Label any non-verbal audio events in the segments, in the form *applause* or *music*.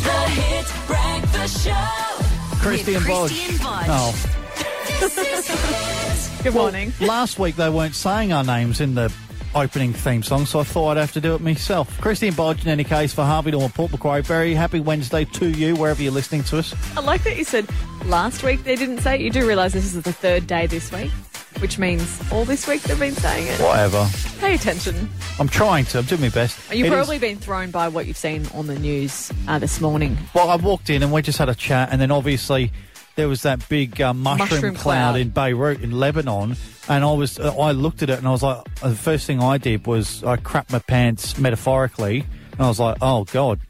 It's breakfast show. Christy with and Bodge. Christy and Bodge. Oh, This is it. Good morning. *laughs* last week they weren't saying our names in the opening theme song, so I thought I'd have to do it myself. Christy and Bodge, in any case, for Harvey Norman Port Macquarie, very happy Wednesday to you, wherever you're listening to us. I like that you said last week they didn't say it. You do realise this is the third day this week, which means all this week they've been saying it. Whatever. Pay attention. I'm trying to. I'm doing my best. You've It is- probably been thrown by what you've seen on the news uh, this morning. Well, I walked in and we just had a chat, and then obviously there was that big uh, mushroom, Mushroom cloud, cloud. in Beirut in Lebanon, and I was uh, I looked at it and I was like, uh, the first thing I did was I crapped my pants metaphorically, and I was like, oh god.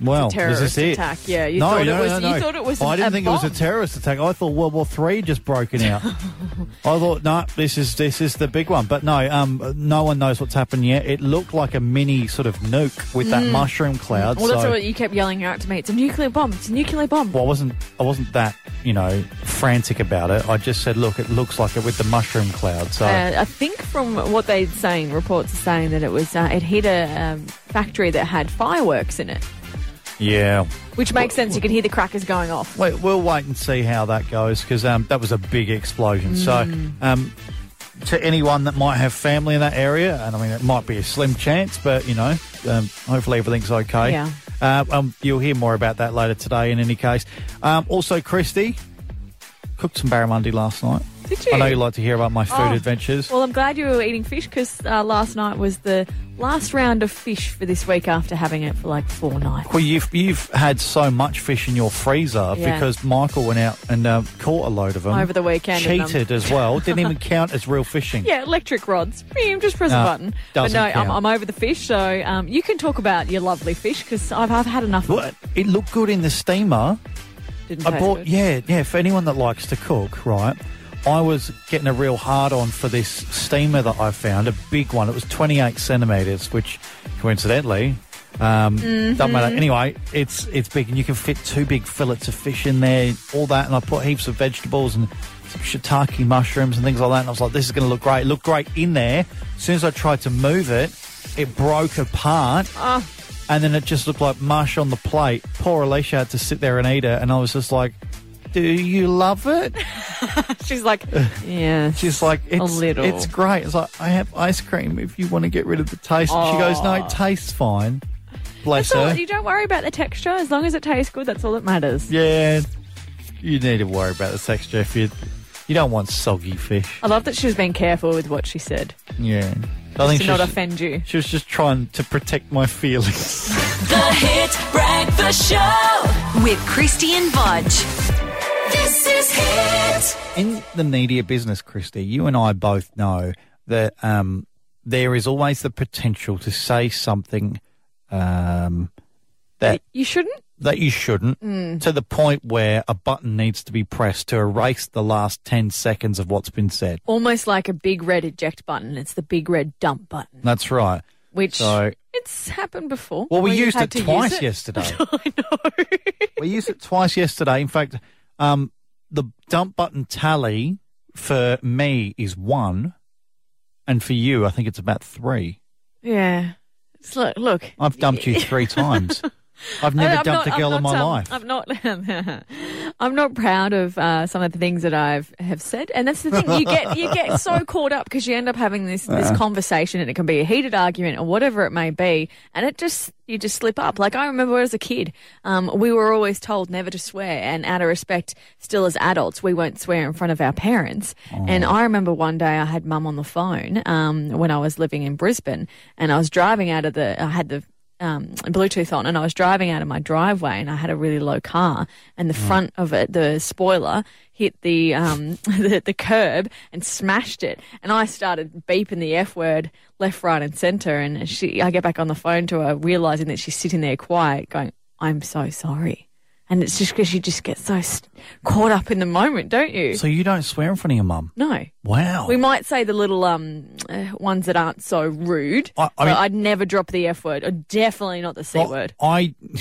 Well, is terrorist this it? attack. Yeah, you no, thought it no, was- No, you no. thought it was I didn't a think it bomb. was a terrorist attack. I thought World War Three just broken out. I thought, no, this is this is the big one. But no, um, no one knows what's happened yet. It looked like a mini sort of nuke with that mushroom cloud. Mm. Well, that's so- what you kept yelling out to me. It's a nuclear bomb. It's a nuclear bomb. well, I wasn't I wasn't that you know frantic about it. I just said, look, it looks like it with the mushroom cloud. So Uh, I think from what they're saying, reports are saying that it was uh, it hit a um, factory that had fireworks in it, yeah, which makes sense. You could hear the crackers going off. wait, we'll wait and see how that goes because um, that was a big explosion. Hmm. So um, to anyone that might have family in that area, and I mean it might be a slim chance, but you know, um, hopefully everything's okay. Yeah. Uh, um, you'll hear more about that later today. In any case, um, also Christy cooked some barramundi last night. Did you? I know you like to hear about my food Oh. adventures. Well, I'm glad you were eating fish because uh, last night was the last round of fish for this week after having it for like four nights. Well, you've you've had so much fish in your freezer Yeah. because Michael went out and um, caught a load of them Over the weekend and, um, Cheated as well. Didn't even *laughs* count as real fishing. Yeah, electric rods. Beam, Just press No, a button. But Ah, doesn't no, I'm, count. I'm over the fish, so um, you can talk about your lovely fish because I've, I've had enough of Well, it. it looked good in the steamer. Didn't I taste bought. good. Yeah, yeah. For anyone that likes to cook, right? I was getting a real hard on for this steamer that I found, a big one. It was 28 centimeters, which coincidentally. Um, Doesn't matter. Anyway, it's it's big, and you can fit two big fillets of fish in there, all that. And I put heaps of vegetables and some shiitake mushrooms and things like that. And I was like, this is going to look great. It looked great in there. As soon as I tried to move it, it broke apart and then it just looked like mush on the plate. Poor Alicia had to sit there and eat it, and I was just like, "Do you love it?" *laughs* She's like, yeah. *laughs* She's like, "It's little. it's great." It's like I have ice cream if you want to get rid of the taste. She goes, "No, it tastes fine." Bless That's all, her. you don't worry about the texture as long as it tastes good. That's all that matters. yeah, you need to worry about the texture if you you don't want soggy fish. I love that she was being careful with what she said Yeah, I to think she not was, offend you. she was just trying to protect my feelings. The Hit Breakfast Show with Christy and Bodge. This is Hit. In the media business, Christy, you and I both know that um, there is always the potential to say something um, that You shouldn't. that you shouldn't, Mm. to the point where a button needs to be pressed to erase the last ten seconds of what's been said. Almost like a big red eject button. It's the big red dump button, That's right. which So- it's happened before. Well, we where you've used had it to use twice it. yesterday. *laughs* I *laughs* know. we used it twice yesterday. In fact, um, the dump button tally for me is one, and for you, I think it's about three. yeah. It's look, look. I've dumped you three *laughs* times. I've never I'm dumped not- a girl I'm in my not, um, life. I'm not. *laughs* I'm not proud of uh, some of the things that I've have said, and that's the thing. You get you *laughs* get so caught up because you end up having this this conversation, and it can be a heated argument or whatever it may be, and it just you just slip up. Like I remember as a kid, um, we were always told never to swear, and out of respect, still as adults, we won't swear in front of our parents. And Oh. I remember one day I had mum on the phone um, when I was living in Brisbane, and I was driving out of the I had the um, Bluetooth on, and I was driving out of my driveway, and I had a really low car, and the Mm. front of it, the spoiler hit the um, *laughs* the, the curb and smashed it, and I started beeping the f word left, right, and centre, and she, I get back on the phone to her, realising that she's sitting there quiet, going, "I'm so sorry," and it's just because you just get so st- caught up in the moment, don't you? So Oh. you don't swear in front of your mum? no. Wow. We might say the little um, uh, ones that aren't so rude. I- I but mean- I'd never drop the F word, or definitely not the C Well, word. I *laughs*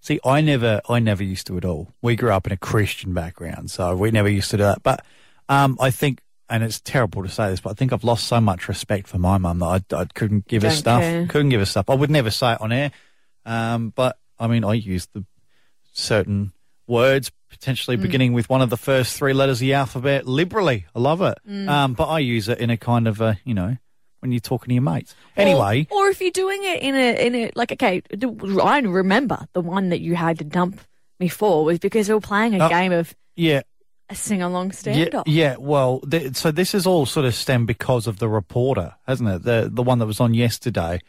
see. I never, I never used to at all. We grew up in a Christian background, so we never used to do that. But um, I think, and it's terrible to say this, but I think I've lost so much respect for my mum that I, I couldn't give her Don't stuff. care. Couldn't give her stuff. I would never say it on air. Um, but I mean, I used the certain words, Mm. potentially beginning with one of the first three letters of the alphabet liberally. I love it. Mm. Um, but I use it in a kind of a, you know, when you're talking to your mates. Anyway, or, or if you're doing it in a in a like okay, the- I remember the one that you had to dump me for was because we were playing a Oh. game of yeah, a sing along yeah, stand up. yeah. Well, th- so this is all sort of stemmed because of the reporter, hasn't it? The the one that was on yesterday,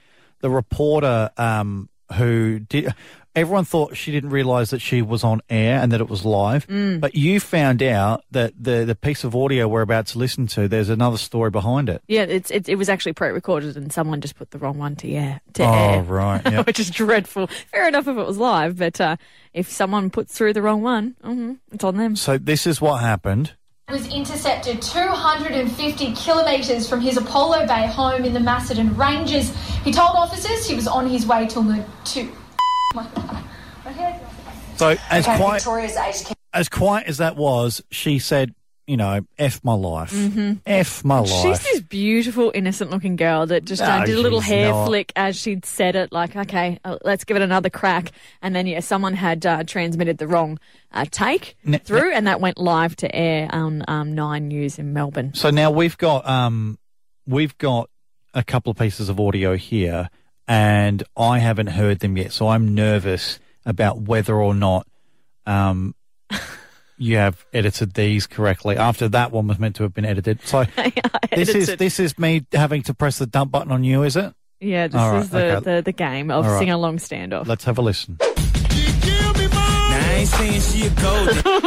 the reporter um, who did. Everyone thought she didn't realise that she was on air and that it was live, Mm. but you found out that the the piece of audio we're about to listen to, there's another story behind it. Yeah, it's it, it was actually pre-recorded, and someone just put the wrong one to air. To Oh air. right, *laughs* yeah. Which is dreadful. Fair enough if it was live, but uh, if someone puts through the wrong one, hmm it's on them. so this is what happened. was intercepted 250 kilometres from his Apollo Bay home in the Macedon Ranges. He told officers he was on his way to Lu- to. My God. My head. So as Okay, quiet Victoria's aged care as quiet as that was, she said, you know, f my life, f my Mm-hmm. She's life. this beautiful, innocent-looking girl that just uh, No, did a little she's hair not. flick as she'd said it, like, "Okay, uh, let's give it another crack." And then, yeah, someone had uh, transmitted the wrong uh, take N- through, and that went live to air on um, Nine News in Melbourne. So now we've got um we've got a couple of pieces of audio here and I haven't heard them yet, so I'm nervous about whether or not um you have edited these correctly after that one was meant to have been edited. So this is Edited. this is me having to press the dump button on you, is it? Yeah, this All right, is the, okay. the, the game of All right. sing-along standoff. Let's have a listen. I ain't saying she a gold.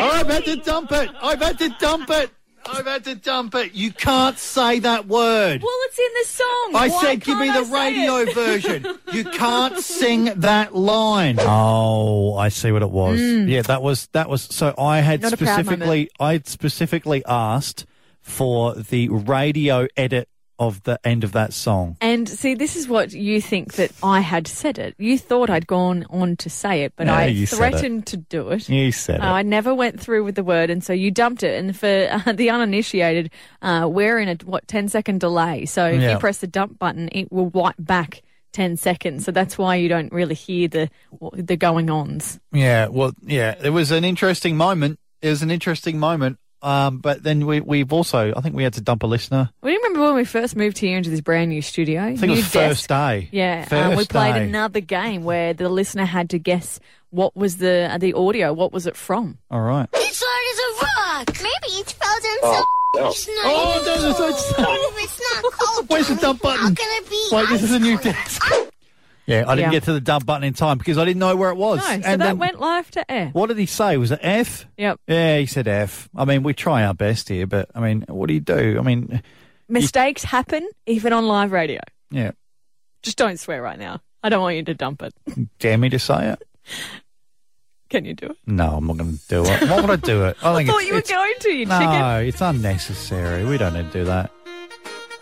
I've had to dump it. I've had to dump it. I've had to dump it. You can't say that word. Well, it's in the song. I Why said, give can't me I the say it? radio *laughs* version. You can't sing that line. Oh, I see what it was. Yeah, that was that was. So I had Mm. Not a proud specifically, I had specifically asked for the radio edit of the end of that song. And see, this is what you think that I had said it. You thought I'd gone on to say it, but No, I you said it. threatened to do it. You said Uh, I it. never went through with the word, and so you dumped it. And for *laughs* uh, the uninitiated, uh, we're in a what 10 second delay. So if Yeah. you press the dump button, it will wipe back ten seconds. So that's why you don't really hear the the going ons. Yeah. Well. Yeah. It was an interesting moment. It was an interesting moment. Um, but then we, we've also, I think we had to dump a listener. Well, you remember when we first moved here into this brand new studio? I think new it was first desk? day. Yeah, First um, we played day. another game where the listener had to guess what was the uh, the audio, what was it from. All right. It's hard as a rock. Maybe it's frozen, so it's not. Oh, no, no, no, it's not. If it's not cold, Where's the dump How button? can it be? Wait, this ice is a new cream? desk. Yeah, I didn't Yeah. get to the dump button in time because I didn't know where it was. No, so that And then- went live to air. What did he say? Was it F? Yep. Yeah, he said F. I mean, we try our best here, but I mean, what do you do? I mean, Mistakes happen even on live radio. yeah, Just don't swear right now. I don't want you to dump it. dare me to say it? Can you do it? No, I'm not going to do it. Why would I do *laughs* it? I I think *laughs* thought it's, you were it's- going *laughs* to, you No, chicken. it's unnecessary. We don't need to do that.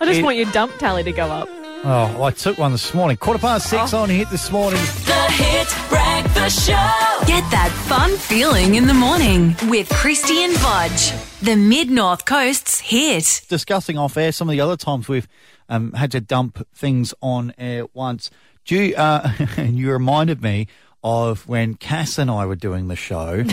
I just it- want your dump tally to go up. Oh, I took one this morning. Quarter past six Oh. on hit this morning. The Hit Breakfast Show. Get that fun feeling in the morning with Christian Budge. The Mid North Coast's hit. discussing off air some of the other times we've um, had to dump things on air once. Do you, uh, *laughs* and you reminded me of when Cass and I were doing the *laughs* show,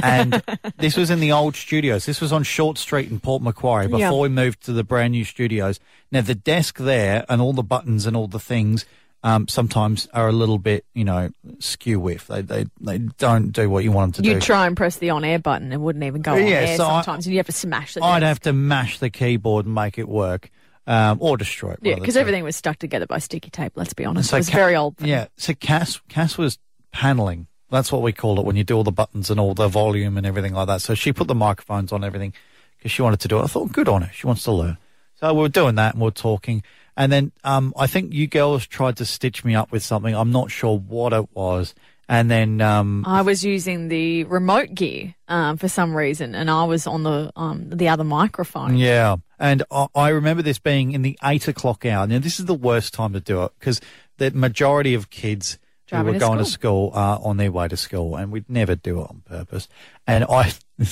and this was in the old studios. This was on Short Street in Port Macquarie before Yeah. we moved to the brand new studios. Now the desk there and all the buttons and all the things. Um, sometimes are a little bit, you know, skew with. They, they they don't do what you want them to You do. try and press the on air button, it wouldn't even go on Yeah, air so I- sometimes, and you have to smash it. I'd have to mash the keyboard and make it work, um, or destroy it. one Yeah, of the because two. everything was stuck together by sticky tape, let's be honest. So it was Ca- very old. Yeah. So Cass Cass was paneling. That's what we call it when you do all the buttons and all the volume and everything like that. So she put the microphones on everything because she wanted to do it. I thought, good on her. She wants to learn. So we were doing that and we are talking. And then um, I think you girls tried to stitch me up with something. I'm not sure what it was. And then um, I was using the remote gear um, for some reason, and I was on the um, the other microphone. Yeah. And I, I remember this being in the eight o'clock hour. Now, this is the worst time to do it because the majority of kids who Driving were to going to school are on their way to school, and we'd never do it on purpose. And I, *laughs*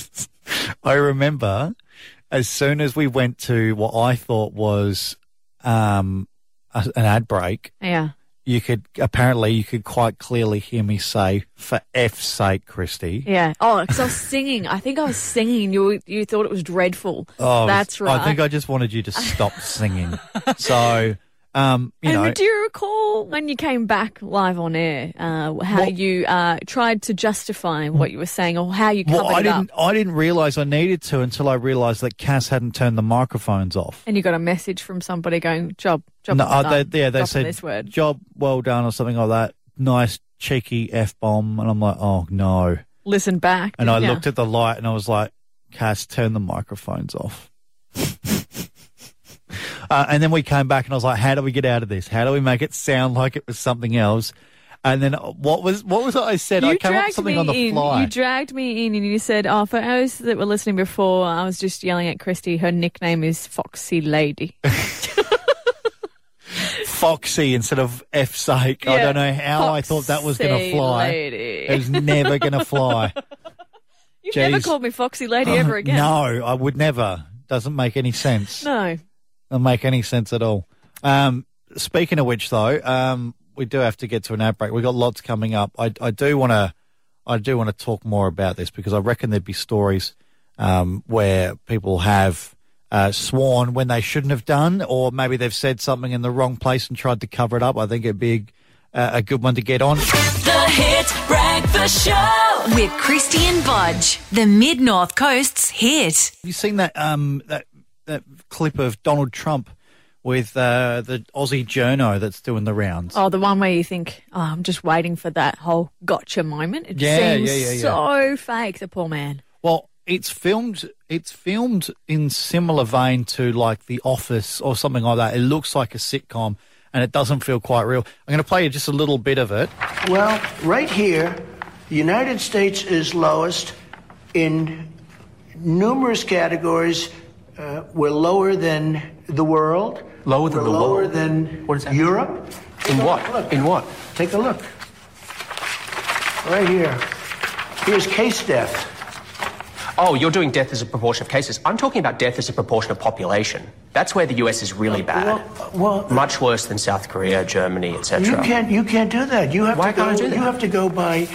I remember as soon as we went to what I thought was um, a, an ad break, Yeah. you could apparently you could quite clearly hear me say, "For F's sake, Christy." Yeah. Oh, because I was singing. I think I was singing. You you thought it was dreadful. Oh, that's right. I think I just wanted you to *laughs* stop singing. So, um, you and know, do you recall when you came back live on air, uh, how Well- you uh, tried to justify what you were saying or how you covered well, I it didn't. up? I didn't realize I needed to until I realized that Cass hadn't turned the microphones off. And you got a message from somebody going, "Job, job." No, well uh, done. they, yeah, they Drop on said this word. job well done or something like that. Nice cheeky f bomb, and I'm like, oh no. Listen back. And I didn't ya? looked at the light and I was like, Cass, turn the microphones off. *laughs* uh, and then we came back and I was like, how do we get out of this? How do we make it sound like it was something else? And then uh, what was what was it I said? I came up with something on the in. fly. You dragged me in, and you said, "Oh, for those that were listening before, I was just yelling at Christy. Her nickname is Foxy Lady." Foxy instead of F sake. *laughs* I Yeah. don't know how I thought that was going to Foxy fly. lady. It was never going to fly. You've never Jeez. called me Foxy Lady *laughs* ever again. *gasps* No, I would never. Doesn't make any sense. No. doesn't uh, make any sense at all. Um, speaking of which, though, um, we do have to get to an ad break. We've got lots coming up. I, I do want to, I do want to talk more about this because I reckon there'd be stories um, where people have uh, sworn when they shouldn't have done, or maybe they've said something in the wrong place and tried to cover it up. I think it'd be a, a good one to get on. The Hit Breakfast Show with Christian Budge, the Mid North Coast's hit. Have you seen that um that that clip of Donald Trump with uh, the Aussie journo that's doing the rounds? Oh, the one where you think, oh, I'm just waiting for that whole gotcha moment. It Yeah, seems yeah, yeah, yeah. so fake, the poor man. Well, it's filmed. It's filmed in similar vein to like The Office or something like that. It looks like a sitcom, and it doesn't feel quite real. I'm going to play you just a little bit of it. Well, right here, the United States is lowest in numerous categories. Uh, we're lower than the world. Lower than we're the lower world? than What does that mean? Europe. In Take a what? look. In what? Take a look. Right here. Here's case death. Oh, you're doing death as a proportion of cases. I'm talking about death as a proportion of population. That's where the US is really bad. well- much worse than South Korea, Germany, You etc. can't. You can't do that. You have Why to go. can't I do that? You have to go by.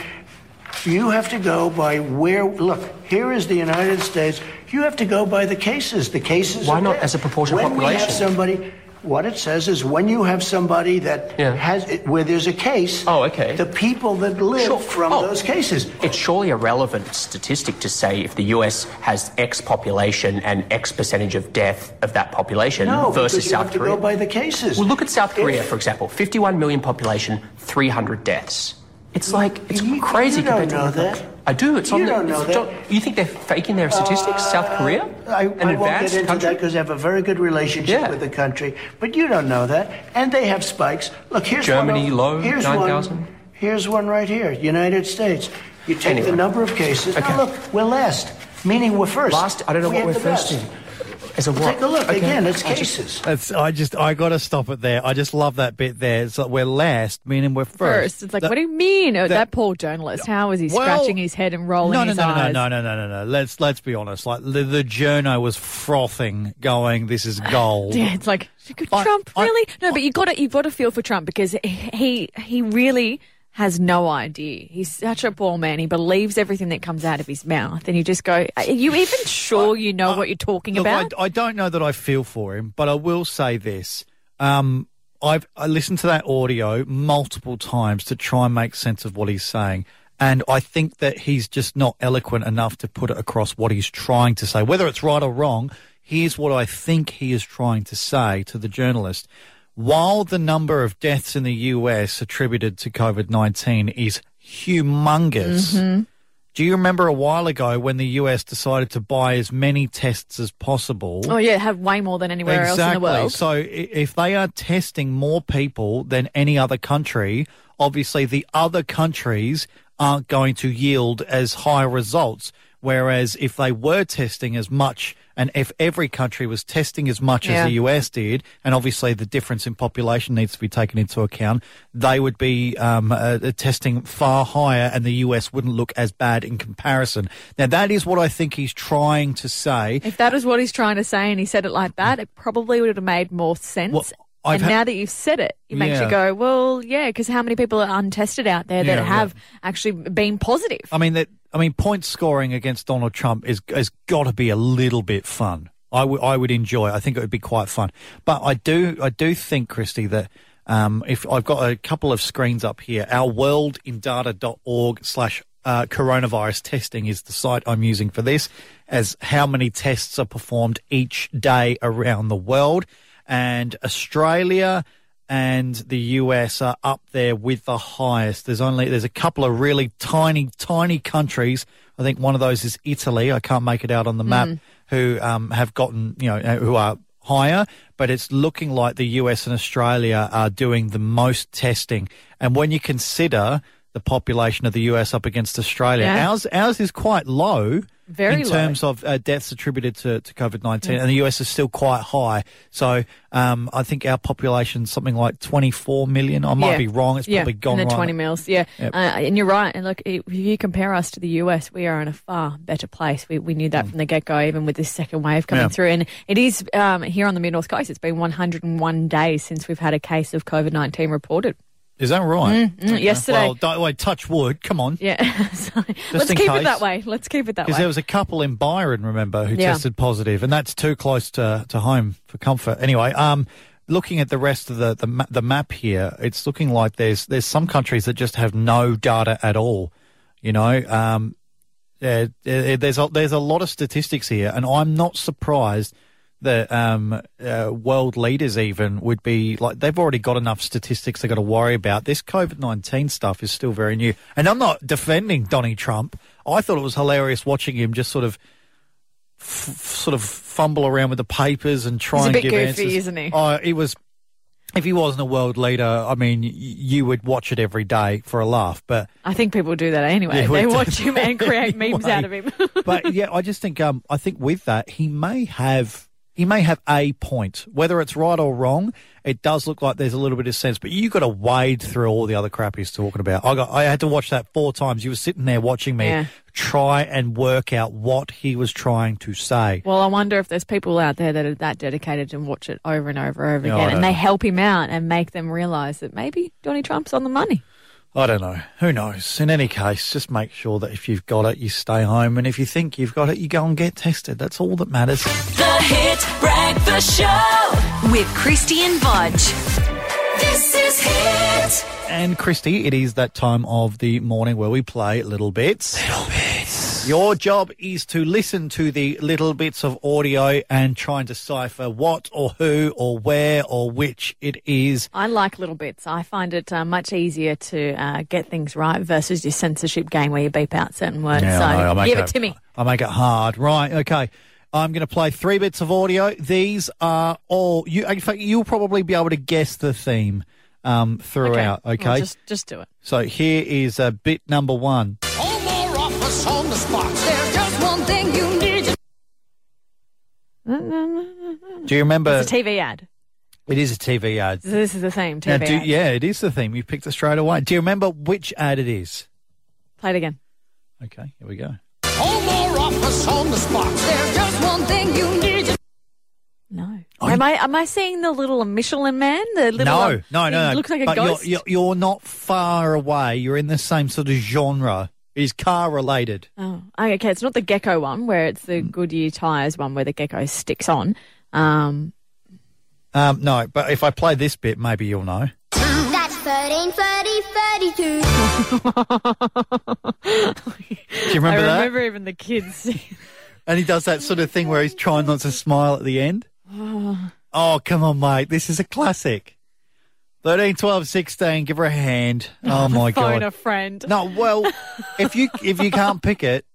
You have to go by where. Look, here is the United States. You have to go by the cases. The cases. Why are not there. as a proportion of when we have population? somebody. What it says is when you have somebody that Yeah. has where there's a case. Oh, okay. The people that live Sure. from Oh. those cases. It's surely a relevant statistic to say if the US has X population and X percentage of death of that population no, because versus you South have to Korea. go by the cases. Well, look at South If- Korea, for example. 51 million population, 300 deaths. It's like, it's You- you crazy don't compared to know what they've that. done. I do. It's You on the, don't know it's- that. Uh, You think they're faking their statistics, South Korea? I, I An won't advanced get into country? that because I have a very good relationship Yeah. with the country. But you don't know that, and they have spikes. Look, here's Germany one, o- low, here's 9,000. One, here's one right here, United States. You take Anyway. the number of cases. Okay. Now look, we're last, meaning we're first. Last, I don't know We had what we're the first in. best. As a what? Take a look Okay. again. It's I just- cases. That's, I just I got to stop it there. I just love that bit there. It's like we're last, meaning we're first. First, it's like, That- what do you mean? Oh, that, poor journalist, how is he Well- scratching his head and rolling no, no, his no, eyes? No, no, no, no, no, no. Let's let's be honest. Like the, the journo was frothing, going, "This is *laughs* gold." *laughs* Yeah, it's like could I- Trump I- really? no, but you got to you got to feel for Trump because he he really has no idea. He's such a poor man. He believes everything that comes out of his mouth, and you just go, "Are you *laughs* even sure you know what you're talking Look, about?" I, I don't know that I feel for him, but I will say this. Um, I've I listened to that audio multiple times to try and make sense of what he's saying. And I think that he's just not eloquent enough to put it across what he's trying to say. Whether it's right or wrong, here's what I think he is trying to say to the journalist. While the number of deaths in the US attributed to COVID 19 is humongous, Mm-hmm. do you remember a while ago when the US decided to buy as many tests as possible? oh yeah, have way more than anywhere exactly. else in the world. So i- if they are testing more people than any other country, obviously the other countries aren't going to yield as high results. Whereas if they were testing as much and if every country was testing as much Yeah. as the US did, and obviously the difference in population needs to be taken into account, they would be um, uh, uh, testing far higher and the US wouldn't look as bad in comparison. Now, that is what I think he's trying to say. if that is what he's trying to say, and he said it like that, it probably would have made more sense. Well, I've and had- now that you've said it, it makes Yeah. you go, well, yeah, because how many people are untested out there that Yeah, have actually been positive? I mean that. I mean, point scoring against Donald Trump is has got to be a little bit fun. I would I would enjoy. it. I think it would be quite fun. But I do I do think, Christy, that um, if I've got a couple of screens up here, our worldindata.org slash uh, coronavirus testing is the site I'm using for this, as how many tests are performed each day around the world, and Australia and the US are up there with the highest. There's only there's a couple of really tiny, tiny countries. I think one of those is Italy. I can't make it out on the map. Mm. Who um, have gotten you know uh, who are higher, but it's looking like the US and Australia are doing the most testing. And when you consider the population of the US up against Australia, Yeah. ours ours is quite low. Very in low. terms of uh, deaths attributed to, to COVID Mm. 19, and the US is still quite high. So um, I think our population's something like 24 million. I might Yeah. be wrong. It's yeah. probably gone in the wrong. 20 mils. Yeah. Uh, and you're right. And look, i- if you compare us to the US, we are in a far better place. We, we knew that from the get go, even with this second wave coming Mm. Yeah. through. And it is um, here on the Mid North Coast, it's been 101 days since we've had a case of COVID 19 reported. Is that right? Okay. Mm, yesterday. Well, don't, wait, touch wood. Come on. Yeah. *laughs* so let's in keep it case. that way. Let's keep it that Because there way. was a couple in Byron, remember, who Yeah. tested positive, and that's too close to, to home for comfort. Anyway, um, looking at the rest of the the, ma- the map here, it's looking like there's there's some countries that just have no data at all. You know, um, uh, uh, there's a, there's a lot of statistics here, and I'm not surprised that um, uh, world leaders even would be like they've already got enough statistics they've got to worry about. This COVID nineteen stuff is still very new, and I'm not defending Donnie Trump. I thought it was hilarious watching him just sort of. F- sort of fumble around with the papers and try He's a and bit give goofy, answers. isn't he? Oh, it was if he wasn't a world leader, I mean, y- you would watch it every day for a laugh. But I think people do that anyway. Yeah, we they do watch *laughs* him and create memes anyway. out of him. *laughs* but yeah, I just think um, I think with that he may have he may have a point. Whether it's right or wrong, it does look like there's a little bit of sense. But you got to wade through all the other crap he's talking about. I got I had to watch that four times. You were sitting there watching me Yeah. try and work out what he was trying to say. Well, I wonder if there's people out there that are that dedicated and watch it over and over over Yeah, I again, don't and they know. help him out and make them realise that maybe Donald Trump's on the money. I don't know. Who knows? In any case, just make sure that if you've got it, you stay home, and if you think you've got it, you go and get tested. That's all that matters. The Hit Breakfast Show with Christian Budge. This is Hit. And Christy, it is that time of the morning where we play little bits. Little bits. Your job is to listen to the little bits of audio and try and decipher what or who or where or which it is. I like little bits. I find it uh, much easier to uh, get things right versus your censorship game where you beep out certain words. so give it to me. I make it hard. Right. Okay. I'm going to play three bits of audio. These are all you. In fact, you'll probably be able to guess the theme um, throughout. Well, Okay. just just do it. so here is uh, bit number one. *laughs* All more office on the spot. There's just one thing you need. Uh, Do you remember? It's a TV ad. it is a TV ad. So this is the same Now, TV do, ad. yeah, it is the theme. You picked it straight away. Do you remember which ad it is? Play it again. Okay, here we go. All more office on the spot. There's just one thing you need. No. am I am I seeing the little Michelin man? The little No, um, no, he no, no. Looks like a but ghost. You're, you're, you're not far away. You're in the same sort of genre. It is car related. Oh, okay. It's not the gecko one where it's Mm. the Goodyear tires one where the gecko sticks on. Um, Um, no, but if I play this bit, maybe you'll know. That's 13, 30, 32. Do you remember, I that? remember even the kids. *laughs* And he does that sort of thing where he's trying not to smile at the *sighs* end. Oh, come on, mate. This is a classic. 13, 12, 16. Give her a hand. Oh, my phone God. a friend. No, *laughs* well, if you if you can't pick it,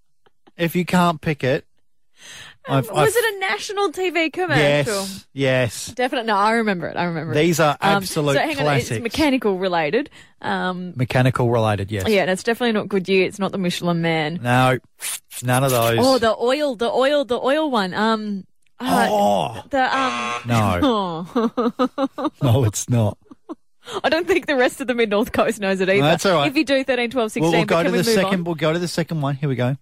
if you can't pick it, I've, Um, Was it a national TV commercial? yes, yes. Definitely. No, I remember it. I remember it. These are Um, absolute so hang on, classics. it's mechanical related. Um, Mechanical related, yes. yeah, and it's definitely not Goodyear. It's not the Michelin man. No, none of those. Oh, the oil, the oil, the oil one. Um, uh, Oh, the um. *laughs* no, Oh, no, it's not. I don't think the rest of the Mid North Coast knows it either. that's all right. If you do 13, 12, 16, We'll, we'll but go can to we the move second. on? We'll go to the second one. Here we go.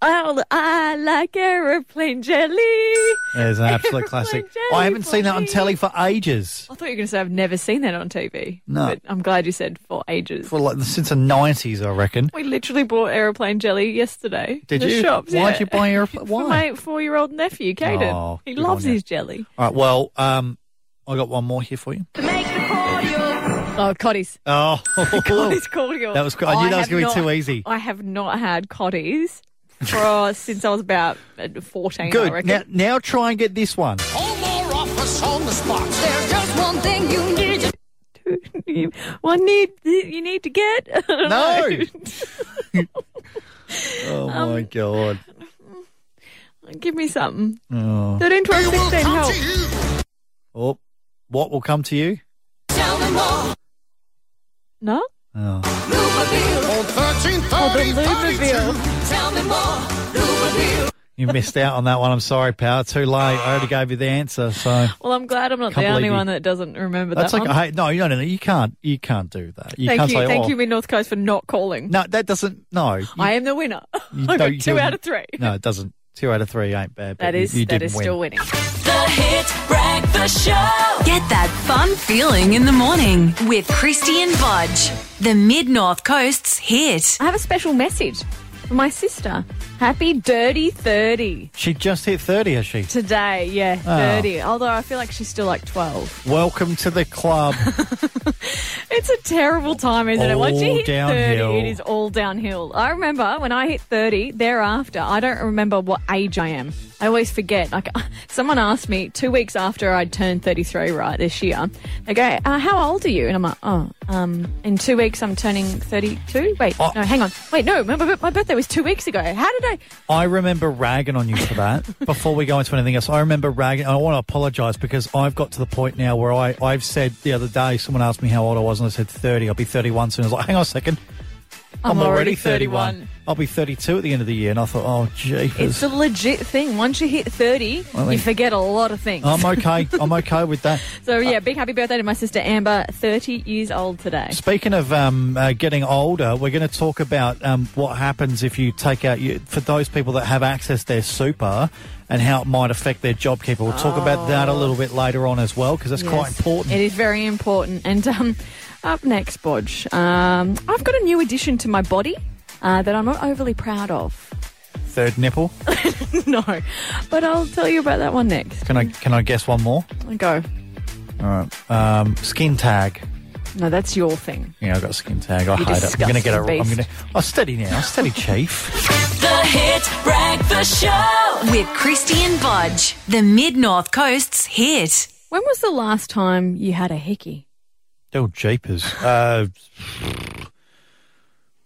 Oh, Nicole, I like aeroplane jelly. *laughs* It's an absolute Aeroplane classic. jelly I haven't seen that on for telly me. for ages. I thought you were going to say I've never seen that on TV. No. But I'm glad you said for ages. For like since the nineties, I reckon. we literally bought aeroplane jelly yesterday. Did the you? Shops, Why'd yeah. you buy aeroplane? *laughs* For Why? my four-year-old nephew, Caden. Oh, he good loves on you. his jelly. All right. Well, um, I got one more here for you. Oh, Cotties. *laughs* Oh, Cotties cordial. That was good. I knew that was have gonna be not- too easy. I have not had Cotties for, *laughs* since I was about uh, 14, *laughs* I good. reckon. Now, now try and get this one. You- One need you need to get. *laughs* I don't No. know. *laughs* Oh Um, my god. Give me something. Oh. 13, 12, 16, help. Oh, what will come to you? No? Oh. Oh, the Louverville. You missed out on that one. I'm sorry, pal. Too late. I already gave you the answer. So Well, I'm glad I'm not Can't the believe only you- one that doesn't remember that's that like, one. hey, no, no, no, no, you can't, you can't do that. You thank can't you, say, thank oh, you, Mid North Coast, for not calling. no, that doesn't, no. You, I am the winner. you *laughs* I got don't- two you- out of three. No, it doesn't. Two out of three ain't bad. But that is you, you that didn't is win. still winning. The Hit Breakfast Show. Get that fun feeling in the morning with Christian Budge. The Mid North Coast's hit. I have a special message for my sister. Happy dirty thirty She just hit 30, has she? today. Yeah, Oh. thirty. Although I feel like she's still like twelve. Welcome to the *laughs* club. It's a terrible time, isn't it? Once you All hit downhill. thirty, it is all downhill. I remember when I hit thirty. Thereafter, I don't remember what age I am. I always forget. Like *laughs* someone asked me two weeks after I turned thirty-three, right this year. They go, uh, "How old are you?" And I'm like, "Oh, um, in two weeks I'm turning 32. Wait, Oh. no, hang on. Wait, no, my, my my birthday was two weeks ago. How did I? I remember ragging on you for *laughs* that. Before we go into anything else, I remember ragging. I want to apologise because I've got to the point now where I, I've said the other day, someone asked me how old I was, and I said 30. I'll be 31 soon. I was like, hang on a second. I'm, already 31. I'll be 32 at the end of the year. And I thought, oh, It's a jeepers. legit thing. Once you hit 30, Well, oh you then- forget a lot of things. I'm okay. I'm okay with that. *laughs* so, yeah, big happy birthday to my sister Amber, 30 years old today. Speaking of um, uh, getting older, we're going to talk about um, what happens if you take out you, for those people that have accessed their super and how it might affect their JobKeeper. We'll talk about that a little bit later on as well because that's quite Yes. important. It is very important. And um, up next, Bodge, um, I've got a new addition to my body uh, that I'm not overly proud of. *laughs* Third nipple. no, but I'll tell you about that one next. Can I can I guess one more? Go. All right. Um, skin tag. No, that's your thing. Yeah, I got skin tag. I You hate it. I'm going to get a. disgusting am going beast. to. Oh, steady now. *laughs* Steady, chief. The Hit Breakfast Show with Christian Budge. The Mid North Coast's hit. When was the last time you had a hickey? Oh, jeepers. Uh, would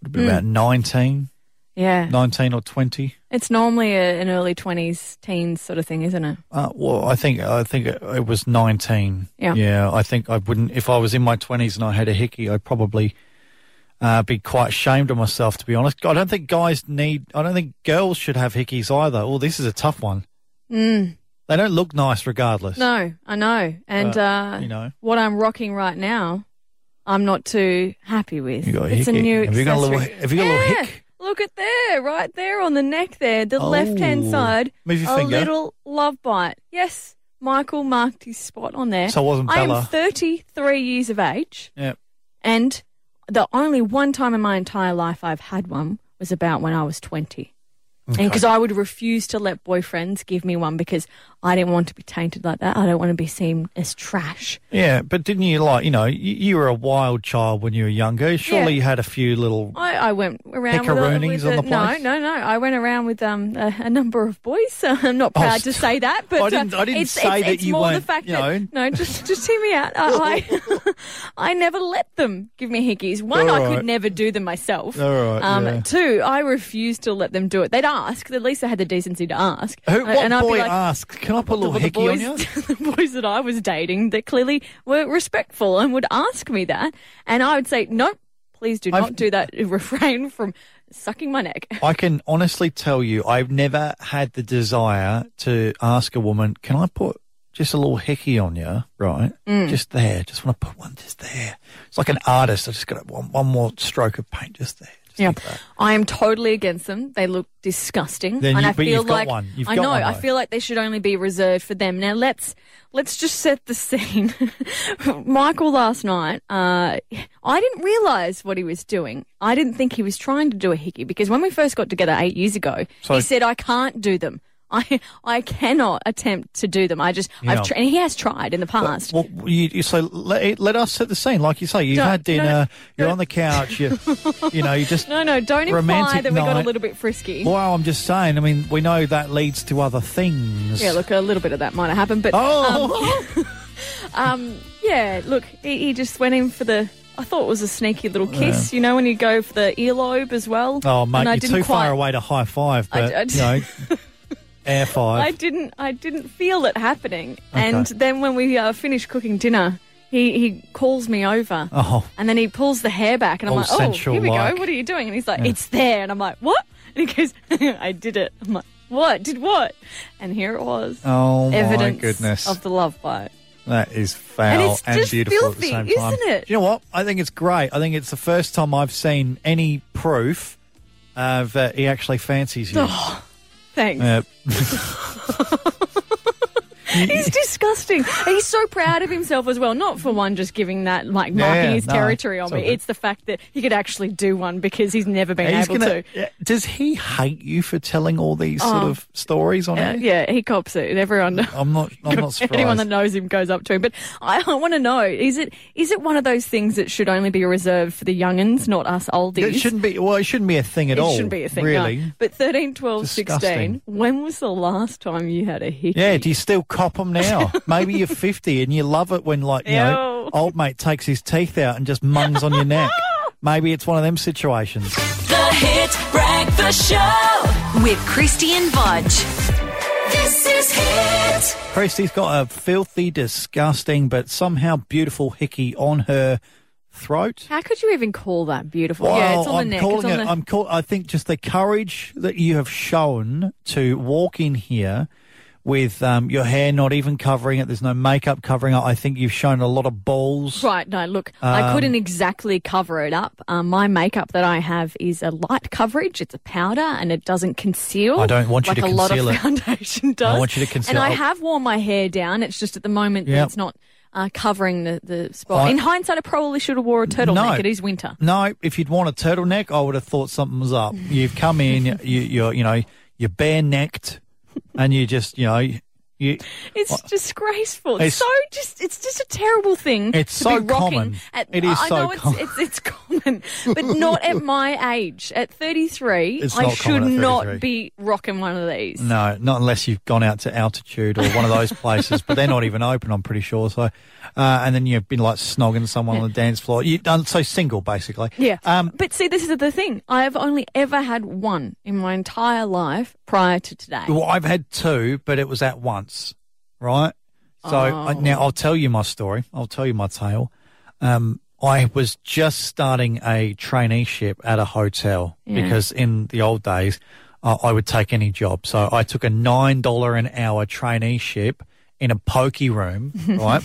have been about 19, Yeah. 19 or twenty. It's normally a, an early 20s, teens sort of thing, isn't it? Uh, well, I think I think it- it was nineteen. Yeah. yeah. I think I wouldn't if I was in my twenties and I had a hickey. I'd probably uh, be quite ashamed of myself, to be honest. I don't think guys need. I don't think girls should have hickeys either. Oh, this is a tough one. Mm. They don't look nice, regardless. No, I know. And But, uh, you know. what I'm rocking right now, I'm not too happy with. You got a it's hickey. a new Have accessory. you got a little hi- have you got a little Yeah, hick? Look at there, right there on the neck there, the Oh. left hand side. Move your a finger. little love bite. Yes, Michael marked his spot on there. So it wasn't I am Bella. 33 years of age, Yeah. and the only one time in my entire life I've had one was about when I was 20. And because I would refuse to let boyfriends give me one because I didn't want to be tainted like that. I don't want to be seen as trash. Yeah, but didn't you like, you know, you, you were a wild child when you were younger. Surely Yeah. you had a few little. I, I went around with, a, Pickaroonies with on a- the no, place? no, no. I went around with um a, a number of boys. *laughs* So I'm not Oh, proud to st- say that, but I didn't- uh, I didn't it's, say it's, that it's you more the weren't, fact you that know. Oh. no, just just hear me out. I I, *laughs* I never let them give me hickeys. One, All I could right. never do them myself. All right, um, yeah. Two, I refused to let them do it. They'd ask. At least I had the decency to ask. Who, Uh, what and I'd be boy like, asks, can I put a little the, the hickey on boys, you? *laughs* the boys that I was dating that clearly were respectful and would ask me that, and I would say, "No, please do I've- not do that. *laughs* Refrain from sucking my neck." I can honestly tell you, I've never had the desire to ask a woman, "Can I put just a little hickey on you?" Right, Mm. just there. Just want to put one just there. It's like an artist. I just got one, one more stroke of paint just there. Yeah, think that. I am totally against them. They look disgusting, Then and you- I but feel you've got like one. You've I got know. one, I though. feel like they should only be reserved for them. Now let's let's just set the scene. *laughs* Michael last night, uh, I didn't realize what he was doing. I didn't think he was trying to do a hickey because when we first got together eight years ago, So- he said I can't do them. *laughs* I I cannot attempt to do them. I just Yeah. I've tr- and he has tried in the past. Well, you, you so let, let us set the scene, like you say. You've No, had dinner. no, you're no. on the couch. *laughs* You, you know, you just no, no, don't imply romantic that we got night. a little bit frisky. Well, I'm just saying. I mean, we know that leads to other things. Yeah, look, a little bit of that might have happened, but um, Oh, *laughs* Yeah, look, he, he just went in for the. I thought it was a sneaky little kiss, you know, when you go for the earlobe as well. oh, mate, And I you're didn't too quite- far away to high five, I- but I- you *laughs* know, air five. I didn't. I didn't feel it happening. And Okay. then when we uh, finished cooking dinner, he he calls me over. Oh. And then he pulls the hair back, and I'm All like, "Oh, sensual here we like. go. What are you doing?" And he's like, "It's there." And I'm like, "What?" And he goes, *laughs* "I did it." I'm like, "What? Did what?" And here it was. Oh my Evidence goodness. of the love bite. That is foul And and, it's just beautiful filthy, at the same time. isn't it? You know what? I think it's great. I think it's the first time I've seen any proof uh, that he actually fancies you. Thanks. Uh, He's disgusting. He's so proud of himself as well. Not for one just giving that, like marking Yeah, his no, territory on it's me. all good. It's the fact that he could actually do one because he's never been he's able gonna, to. uh, does he hate you for telling all these sort Oh. of stories on Yeah, air? yeah, he cops it, and everyone. I'm not. I'm not surprised. *laughs* Anyone that knows him goes up to him. But I, I want to know: is it is it one of those things that should only be reserved for the youngins, not us oldies? It shouldn't be. Well, it shouldn't be a thing at It all. shouldn't be a thing, no. really. But 13, 12, Disgusting. 16, when was the last time you had a hickey? Yeah, do you still cop them *laughs* now? Maybe you're 50 and you love it when, like, you know, Ew. old mate takes his teeth out and just mungs on your *laughs* neck. Maybe it's one of them situations. The Hit Breakfast Show with Christian Budge. This is Hit. Christy's got a filthy, disgusting, but somehow beautiful hickey on her throat. How could you even call that beautiful? Well, yeah, it's on I'm the neck. calling it's on it. the... I'm call, I think just the courage that you have shown to walk in here with um, your hair not even covering it. There's no makeup covering it. I think you've shown a lot of balls. Right, no, look, Um, I couldn't exactly cover it up. Um, my makeup that I have is a light coverage, it's a powder, and it doesn't conceal. I don't want you like to a lot conceal of it. *laughs* foundation does. want you to conceal- And I have worn my hair down, it's just at the moment Yep. that it's not uh, covering the, the spot. I- In hindsight, I probably should have wore a turtleneck. No. It is winter. No, if you'd worn a turtleneck, I would have thought something was up. You've come in, you, you're, you know, you're bare necked, and you just, you know, you. It's disgraceful. It's- It's, so just it's just a terrible thing. It's to so be rocking common. At, It is I so know it's, common. it's it's common, but *laughs* not at my age. At thirty three, It's I not common should at not 33. be rocking one of these. No, not unless you've gone out to altitude or one of those places, but they're not even open, I'm pretty sure. So, uh, and then you've been like snogging someone on the dance floor. You done so single, basically. Yeah. Um, but see, this is the thing. I have only ever had one in my entire life prior to today. Well, I've had two, but it was at once, right? So I, now I'll tell you my story. I'll tell you my tale. Um, I was just starting a traineeship at a hotel because in the old days, uh, I would take any job. So I took a nine dollar an hour traineeship in a pokey room, right?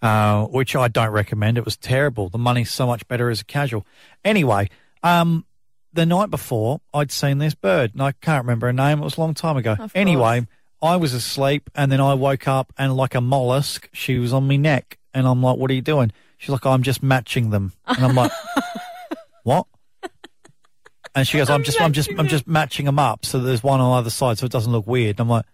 uh, which I don't recommend. It was terrible. The money's so much better as a casual. Anyway, um, the night before, I'd seen this bird, and I can't remember her name. It was a long time ago. Anyway, I was asleep, and then I woke up, and like a mollusk, she was on my neck, and I'm like, "What are you doing?" She's like, "I'm just matching them," and *laughs* I'm like, "What?" And she goes, "I'm, just, I'm just, I'm just matching them up, so there's one on either side, so it doesn't look weird." And I'm like.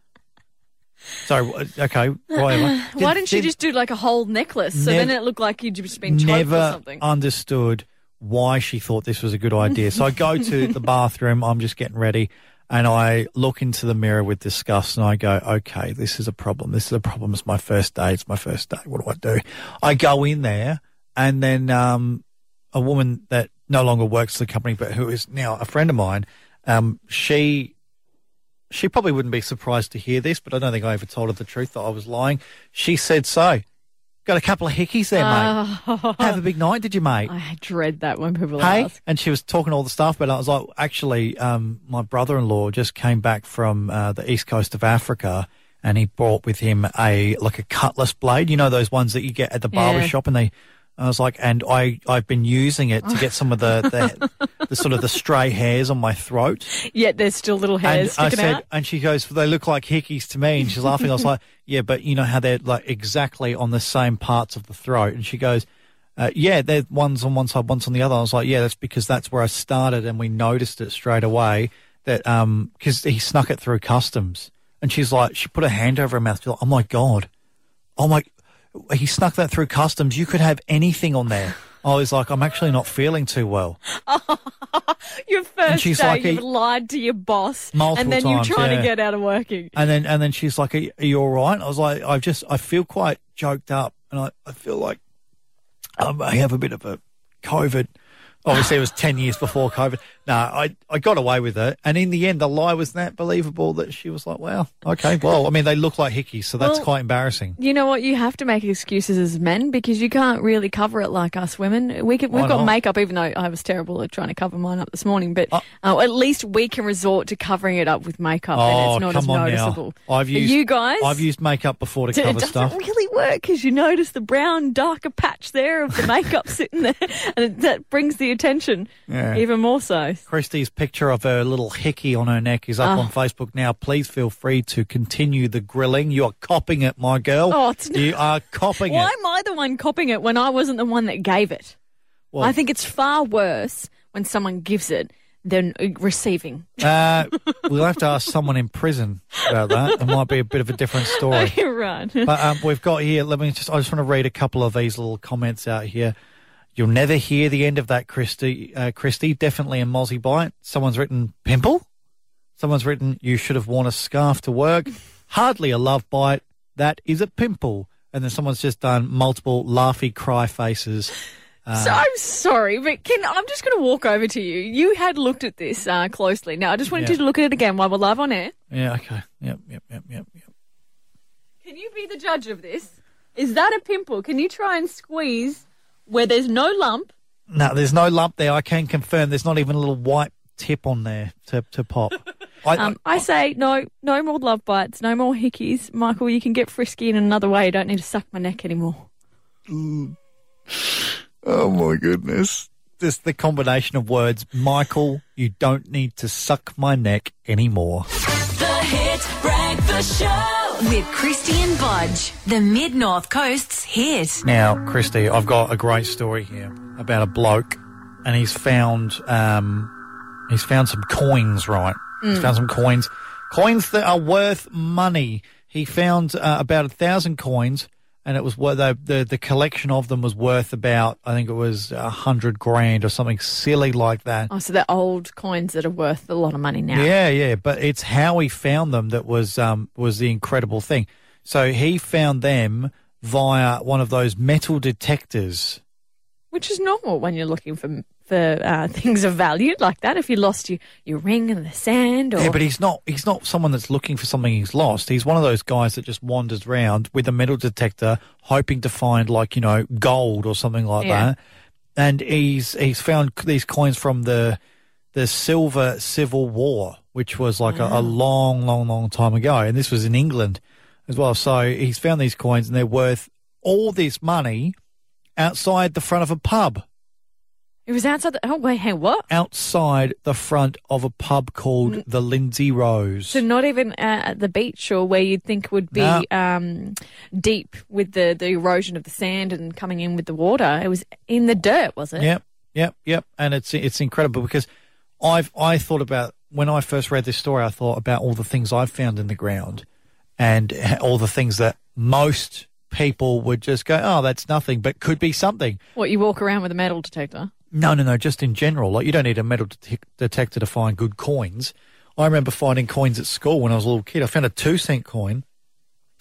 Sorry, wh- okay, *sighs* whatever. Why didn't she Did- just do like a whole necklace? So Nev- then it looked like you'd just been choked or never something. understood why she thought this was a good idea. So I go *laughs* to the bathroom, I'm just getting ready, and I look into the mirror with disgust and I go, okay, this is a problem. This is a problem. It's my first day. It's my first day. What do I do? I go in there, and then um, a woman that no longer works for the company, but who is now a friend of mine, um, she she probably wouldn't be surprised to hear this, but I don't think I ever told her the truth that I was lying. She said so. Got a couple of hickeys there, Oh. mate. Have a big night, did you, mate? I dread that when people Hey, ask. and she was talking to all the stuff, but I was like, actually, um, my brother-in-law just came back from uh, the east coast of Africa, and he brought with him a like a cutlass blade. You know those ones that you get at the barber Yeah. shop, and they And I was like, and I, I've been using it to get some of the, *laughs* the, the sort of the stray hairs on my throat. Yet there's still little And hairs I sticking said, out. and she goes, they look like hickeys to me. And she's laughing. I was like, *laughs* yeah, but you know how they're like exactly on the same parts of the throat. And she goes, uh, yeah, they're one's on one side, one's on the other. I was like, yeah, that's because that's where I started. And we noticed it straight away that, um, cause he snuck it through customs. And she's like, she put her hand over her mouth. She's like, oh my God. Oh my, he snuck that through customs. You could have anything on there. I was like, I'm actually not feeling too well. Your first she's day, like a- you've lied to your boss, Multiple and then times, you're trying yeah. to get out of working. And then and then she's like, "Are, y- are you all right?" I was like, "I've just I feel quite joked up, and I, I feel like um, I have a bit of a COVID." Obviously, it was ten years before COVID. No, I I got away with it, and in the end, the lie was that believable that she was like, "Wow, okay, well, I mean, they look like hickeys, so that's Well- quite embarrassing." You know what? You have to make excuses as men because you can't really cover it like us women. We can, Why we've got not? Oh. makeup, even though I was terrible at trying to cover mine up this morning. But uh, at least we can resort to covering it up with makeup, and it's not as noticeable. Oh, now! I've But used you guys. I've used makeup before to *laughs* it cover doesn't stuff. really work because you notice the brown, darker patch there of the makeup *laughs* sitting there, and it, that brings the attention Yeah. even more so. Christy's picture of her little hickey on her neck is Ah. up on Facebook now. Please feel free to continue the grilling. You are copping it, my girl. Oh, it's you are copping Why it. am I the one copying it when I wasn't the one that gave it? Well- I think it's far worse when someone gives it than uh, *laughs* receiving. Uh, we'll have to ask someone in prison about that. It might be a bit of a different *laughs* story. You're right. But um, we've got here. Let me just. I just want to read a couple of these little comments out here. You'll never hear the end of that, Christy. Uh, Christy, definitely a mozzie bite. Someone's written pimple. Someone's written you should have worn a scarf to work. Hardly a love bite. That is a pimple. And then someone's just done multiple laughy cry faces. so I'm sorry, but can I'm just going to walk over to you. You had looked at this uh, closely. Now I just wanted Yeah. you to look at it again while we're live on air. Yeah. Okay. Yep. Yep. Yep. Yep. Yep. Can you be the judge of this? Is that a pimple? Can you try and squeeze where there's no lump? No, there's no lump there. I can confirm. There's not even a little white tip on there to to pop. I, Um, I say no, no more love bites, no more hickeys. Michael, you can get frisky in another way. You don't need to suck my neck anymore. Oh my goodness. Just the combination of words. Michael, you don't need to suck my neck anymore. The Hit Breakfast Show with Christian Budge, the Mid North Coast's hit. Now, Christy, I've got a great story here about a bloke and he's found um he's found some coins, right? He's found some coins. Coins that are worth money. He found uh, about a thousand coins and it was worth the, the the collection of them was worth about I think it was a hundred grand or something silly like that. Oh, so they're old coins that are worth a lot of money now. Yeah, yeah, but it's how he found them that was um, was the incredible thing. So he found them via one of those metal detectors. Which is normal when you're looking for for uh, *laughs* things of value like that. If you lost your, your ring in the sand or Yeah, but he's not he's not someone that's looking for something he's lost. He's one of those guys that just wanders around with a metal detector hoping to find like, you know, gold or something like Yeah. that. And he's he's found c- these coins from the the Silver Civil War, which was like a, a long, long, long time ago, and this was in England as well. So he's found these coins and they're worth all this money outside the front of a pub. it was outside the. Oh, wait, hang what? Outside the front of a pub called the Lindsay Rose. So not even uh, at the beach or where you'd think would be No. um, deep with the, the erosion of the sand and coming in with the water. It was in the dirt, was it? Yep, yep, yep. And it's it's incredible because I've I thought about when I first read this story, I thought about all the things I've found in the ground and all the things that most people would just go, oh, that's nothing, but could be something. What you walk around with a metal detector? No, no, no. Just in general, like you don't need a metal detec detector to find good coins. I remember finding coins at school when I was a little kid. I found a two cent coin.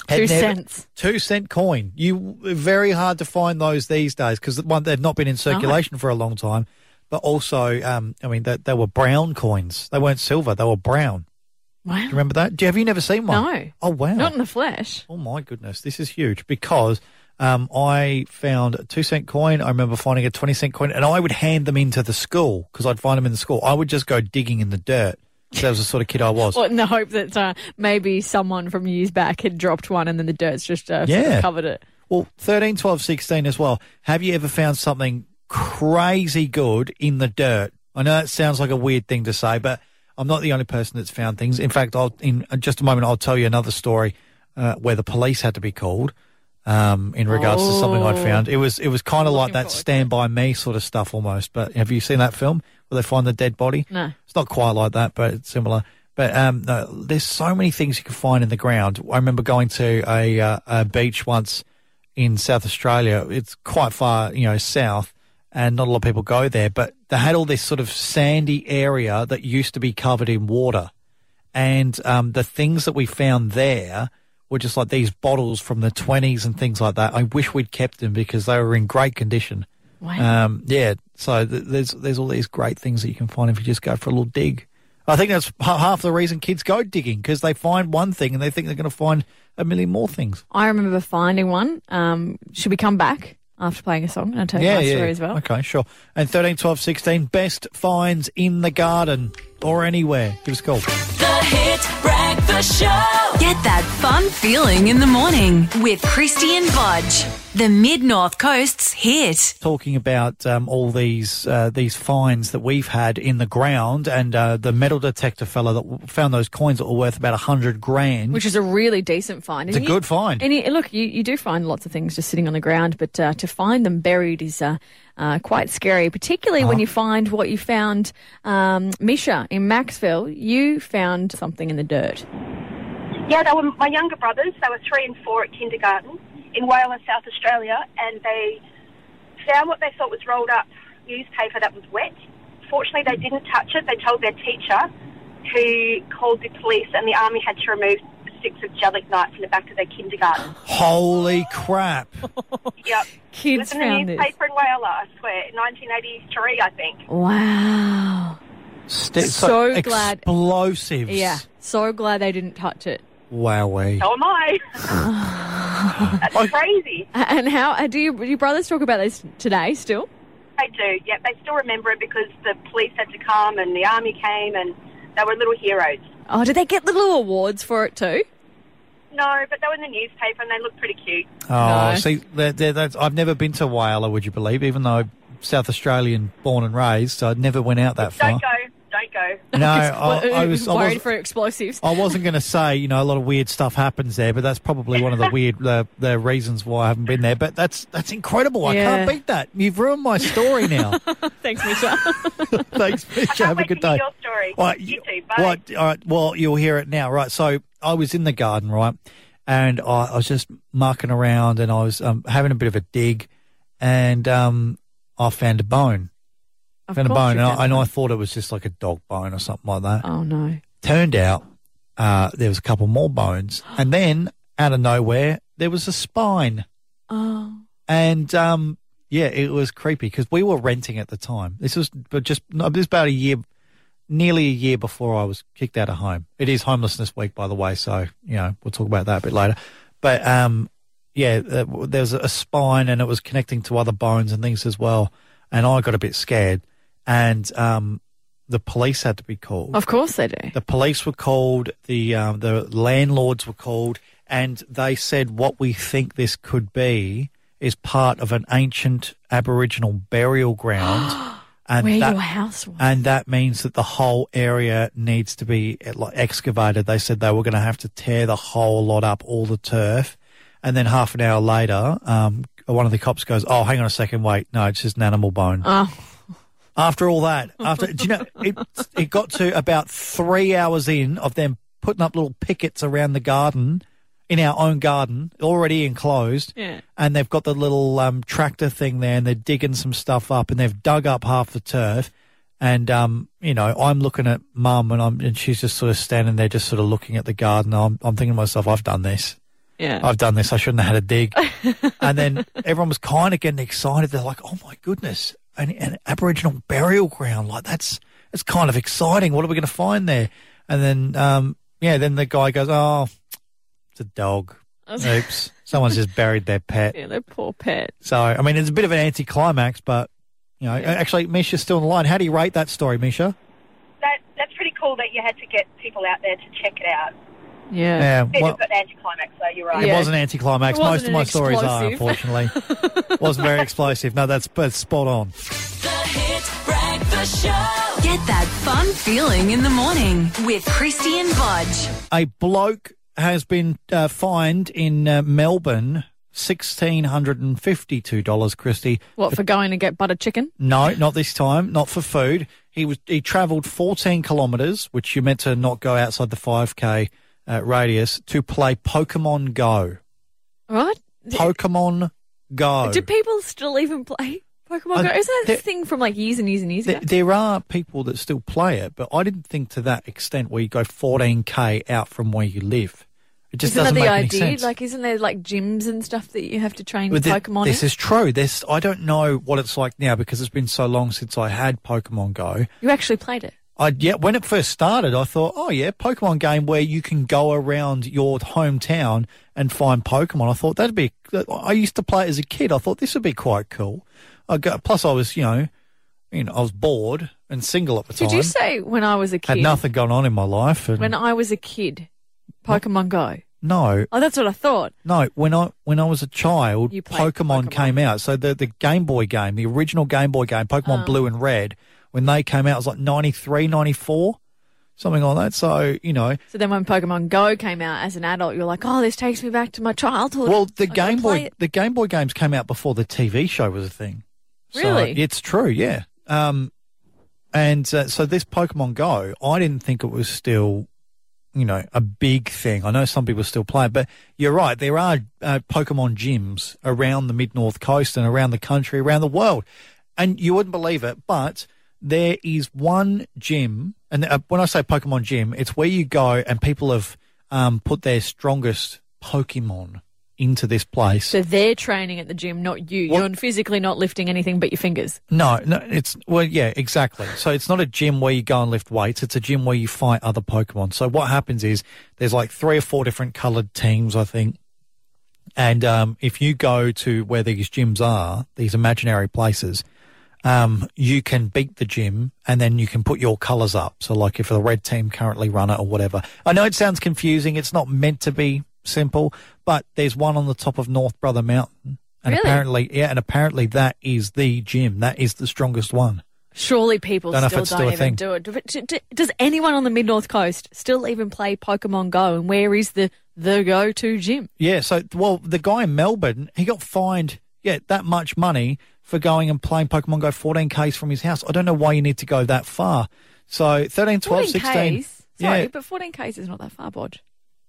Had Two cents. Two cent coin. You very hard to find those these days because one they've not been in circulation for a long time. But also, um, I mean, they, they were brown coins. They weren't silver. They were brown. Wow, Do you remember that? Do you, have you never seen one? No. Oh wow. not in the flesh. Oh my goodness, this is huge because um, I found a two cent coin. I remember finding a twenty cent coin, and I would hand them into the school because I'd find them in the school. I would just go digging in the dirt. That was the sort of kid I was. Well, in the hope that uh, maybe someone from years back had dropped one and then the dirt's just uh, sort of Yeah. covered it. Well, 13, 12, 16 as well. Have you ever found something crazy good in the dirt? I know that sounds like a weird thing to say, but I'm not the only person that's found things. In fact, I'll, in uh, just a moment, I'll tell you another story uh, where the police had to be called um, in regards to something I'd found. It was it was kind of like that Stand By Me sort of stuff almost. But have you seen that film where they find the dead body? No. It's not quite like that, but it's similar. But um, no, there's so many things you can find in the ground. I remember going to a, uh, a beach once in South Australia. It's quite far, you know, south, and not a lot of people go there. But they had all this sort of sandy area that used to be covered in water and um, the things that we found there were just like these bottles from the 20s and things like that. I wish we'd kept them because they were in great condition. Wow. Um, yeah, so th- there's there's all these great things that you can find if you just go for a little dig. I think that's ha- half the reason kids go digging because they find one thing and they think they're going to find a million more things. I remember finding one. Um, should we come back after playing a song and I'll tell you yeah, my yeah. story as well? Okay, sure. And 13, 12, 16, best finds in the garden or anywhere. Give us a call. The Hit Breakfast Show. Get that fun feeling in the morning with Christian Budge. The Mid North Coast's hit. talking about um, all these uh, these finds that we've had in the ground, and uh, the metal detector fella that w- found those coins that were worth about a hundred grand. Which is a really decent find. It's a And good find. And you, look, you, you do find lots of things just sitting on the ground, but uh, to find them buried is uh, uh, quite scary, particularly Uh-huh. when you find what you found. Um, Misha, in Maxville, you found something in the dirt. Yeah, they were my younger brothers. They were three and four at kindergarten in Wales, South Australia, and they found what they thought was rolled up newspaper that was wet. Fortunately, they didn't touch it. They told their teacher, who called the police, and the army had to remove sticks of gelignite from the back of their kindergarten. Holy *laughs* crap! Yep. it Kids was in the found this. newspaper in Wales, I swear, in 1983, I think. Wow. St- So glad- explosives. Yeah. So glad they didn't touch it. Wowee. So am I. *sighs* That's crazy. A- And how uh, do you, do your brothers talk about this today still? They do, yep. They still remember it because the police had to come and the army came and they were little heroes. Oh, did they get little awards for it too? No, but they were in the newspaper and they looked pretty cute. Oh, No. see, they're, they're, that's, I've never been to Wales, would you believe? Even though I'm South Australian, born and raised, so I never went out that far. Don't go, don't go. *laughs* No, I, Because- I was I worried was- for explosives. I wasn't going to say, you know, a lot of weird stuff happens there, but that's probably one of the weird the, the reasons why I haven't been there. But that's that's incredible. I can't Yeah. beat that. You've ruined my story now. Thanks, *laughs* Misha. Thanks, Mitch. Have a wait good to day. hear your story. All right, You you- too, bye. Right, all right. Well, you'll hear it now. Right. So I was in the garden, right, and I, I was just mucking around, and I was um, having a bit of a dig, and um, I found a bone. Of Found a course bone, you and can. I, and I thought it was just like a dog bone or something like that. Oh no. Turned out uh, there was a couple more bones, and then out of nowhere there was a spine, Oh. and um, yeah, it was creepy because we were renting at the time. This was but just no, this was about a year, nearly a year before I was kicked out of home. It is homelessness week, by the way, so you know we'll talk about that a bit later. But um, yeah, uh, w- there was a spine, and it was connecting to other bones and things as well, and I got a bit scared, and um, the police had to be called. Of course they do. The police were called. The um, the landlords were called, and they said what we think this could be is part of an ancient Aboriginal burial ground, and Where that your house was. and that means that the whole area needs to be eh, like, excavated. They said they were going to have to tear the whole lot up, all the turf, and then half an hour later, um, one of the cops goes, "Oh, hang on a second, wait, no, it's just an animal bone." Oh. after all that, after do you know, it it got to about three hours in of them putting up little pickets around the garden, in our own garden, already enclosed. Yeah. And they've got the little um, tractor thing there, and they're digging some stuff up, and they've dug up half the turf. And um, you know, I'm looking at mum, and I'm and she's just sort of standing there, just sort of looking at the garden. I'm I'm thinking to myself, I've done this. Yeah. I've done this. I shouldn't have had a *laughs* dig. and then everyone was kind of getting excited. They're like, oh my goodness, an, an Aboriginal burial ground. Like, that's, that's kind of exciting. What are we going to find there? And then, um, yeah, then the guy goes, oh, it's a dog. Oops. Someone's just buried their pet. *laughs* yeah, the poor pet. So, I mean, it's a bit of an anticlimax, but, you know, actually, Misha's still on the line. How do you rate that story, Misha? That, that's pretty cool that you had to get people out there to check it out. Yeah. Yeah, It well, was an anticlimax, so you're right. it Yeah. was an anticlimax. It Most wasn't of my an stories are, explosive. unfortunately. *laughs* wasn't very explosive. No, that's, that's spot on. The Hit Breakfast Show. Get that fun feeling in the morning with Christian Budge. a bloke has been uh, fined in uh, Melbourne sixteen hundred and fifty-two dollars. Christy, What for going and get butter chicken? no, not this time, not for food. He was he travelled fourteen kilometres, which you meant to not go outside the five k uh, radius to play Pokemon *laughs* Go. Right? Pokemon Go. Do people still even play Pokemon Uh, Go? Isn't that there- this thing from like years and years and years ago? Th- there are people that still play it, but I didn't think to that extent where you go fourteen k out from where you live. It just Isn't that doesn't the make any idea? sense. Like, isn't there like gyms and stuff that you have to train But thi- Pokemon This in? is true. This I don't know what it's like now because it's been so long since I had Pokemon Go. You actually played it. I yeah, when it first started, I thought, oh yeah, Pokemon game where you can go around your hometown and find Pokemon. I thought that'd be. I used to play it as a kid. I thought this would be quite cool. I got, plus I was you know, you know I was bored and single at the Did time. you say when I was a had kid? nothing going on in my life. And When I was a kid, Pokemon Go. no, Oh, that's what I thought. No, when I when I was a child, You played Pokemon, came out. So the the Game Boy game, the original Game Boy game, Oh. Pokemon Blue and Red, when they came out, it was like 93, 94, something like that. So you know, So then when Pokemon Go came out as an adult, you're like, oh, this takes me back to my childhood. well, the I gotta Game play Boy it. the Game Boy games came out before the TV show was a thing. So Really? it's true. Yeah. Um, and uh, so this Pokemon Go, I didn't think it was still. You know, a big thing. I know some people still play it, but you're right. There are uh, Pokemon gyms around the mid north coast and around the country, around the world. And you wouldn't believe it, but there is one gym. And uh, when I say Pokemon gym, it's where you go and people have um, put their strongest Pokemon into this place. So they're training at the gym, not you. Well- You're physically not lifting anything but your fingers. No, no, it's well, yeah, exactly. So it's not a gym where you go and lift weights. It's a gym where you fight other Pokemon. So what happens is there's like three or four different coloured teams, I think. And um, if you go to where these gyms are, these imaginary places, um, you can beat the gym and then you can put your colours up. So like if the red team currently run it or whatever. I know it sounds confusing. It's not meant to be simple, but there's one on the top of North Brother Mountain. And Really? apparently, yeah, and apparently that is the gym. That is the strongest one. Surely people Don't know if still it's don't still a even thing. do it. But d- d- Does anyone on the mid north coast still even play Pokemon Go? And where is the the go to gym? Yeah. So, well, the guy in Melbourne, he got fined, yeah, that much money for going and playing Pokemon Go 14 Ks from his house. I don't know why you need to go that far. So 13, 12, 14 16. Ks. Sorry, yeah, but 14 Ks is not that far, Bodge.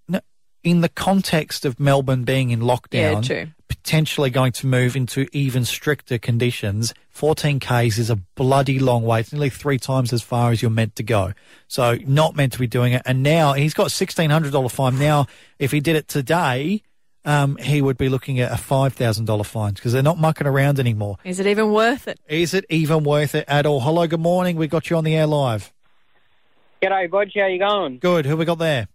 no, in the context of Melbourne being in lockdown, Yeah, true. potentially going to move into even stricter conditions, 14 Ks is a bloody long way. It's nearly three times as far as you're meant to go. So not meant to be doing it. And now he's got $1,600 fine. Now, if he did it today, um, he would be looking at a $5,000 fine because they're not mucking around anymore. Is it even worth it? Is it even worth it at all? Hello, good morning. We got you on the air live. G'day, Bodge. How you going? Good. Who we got there?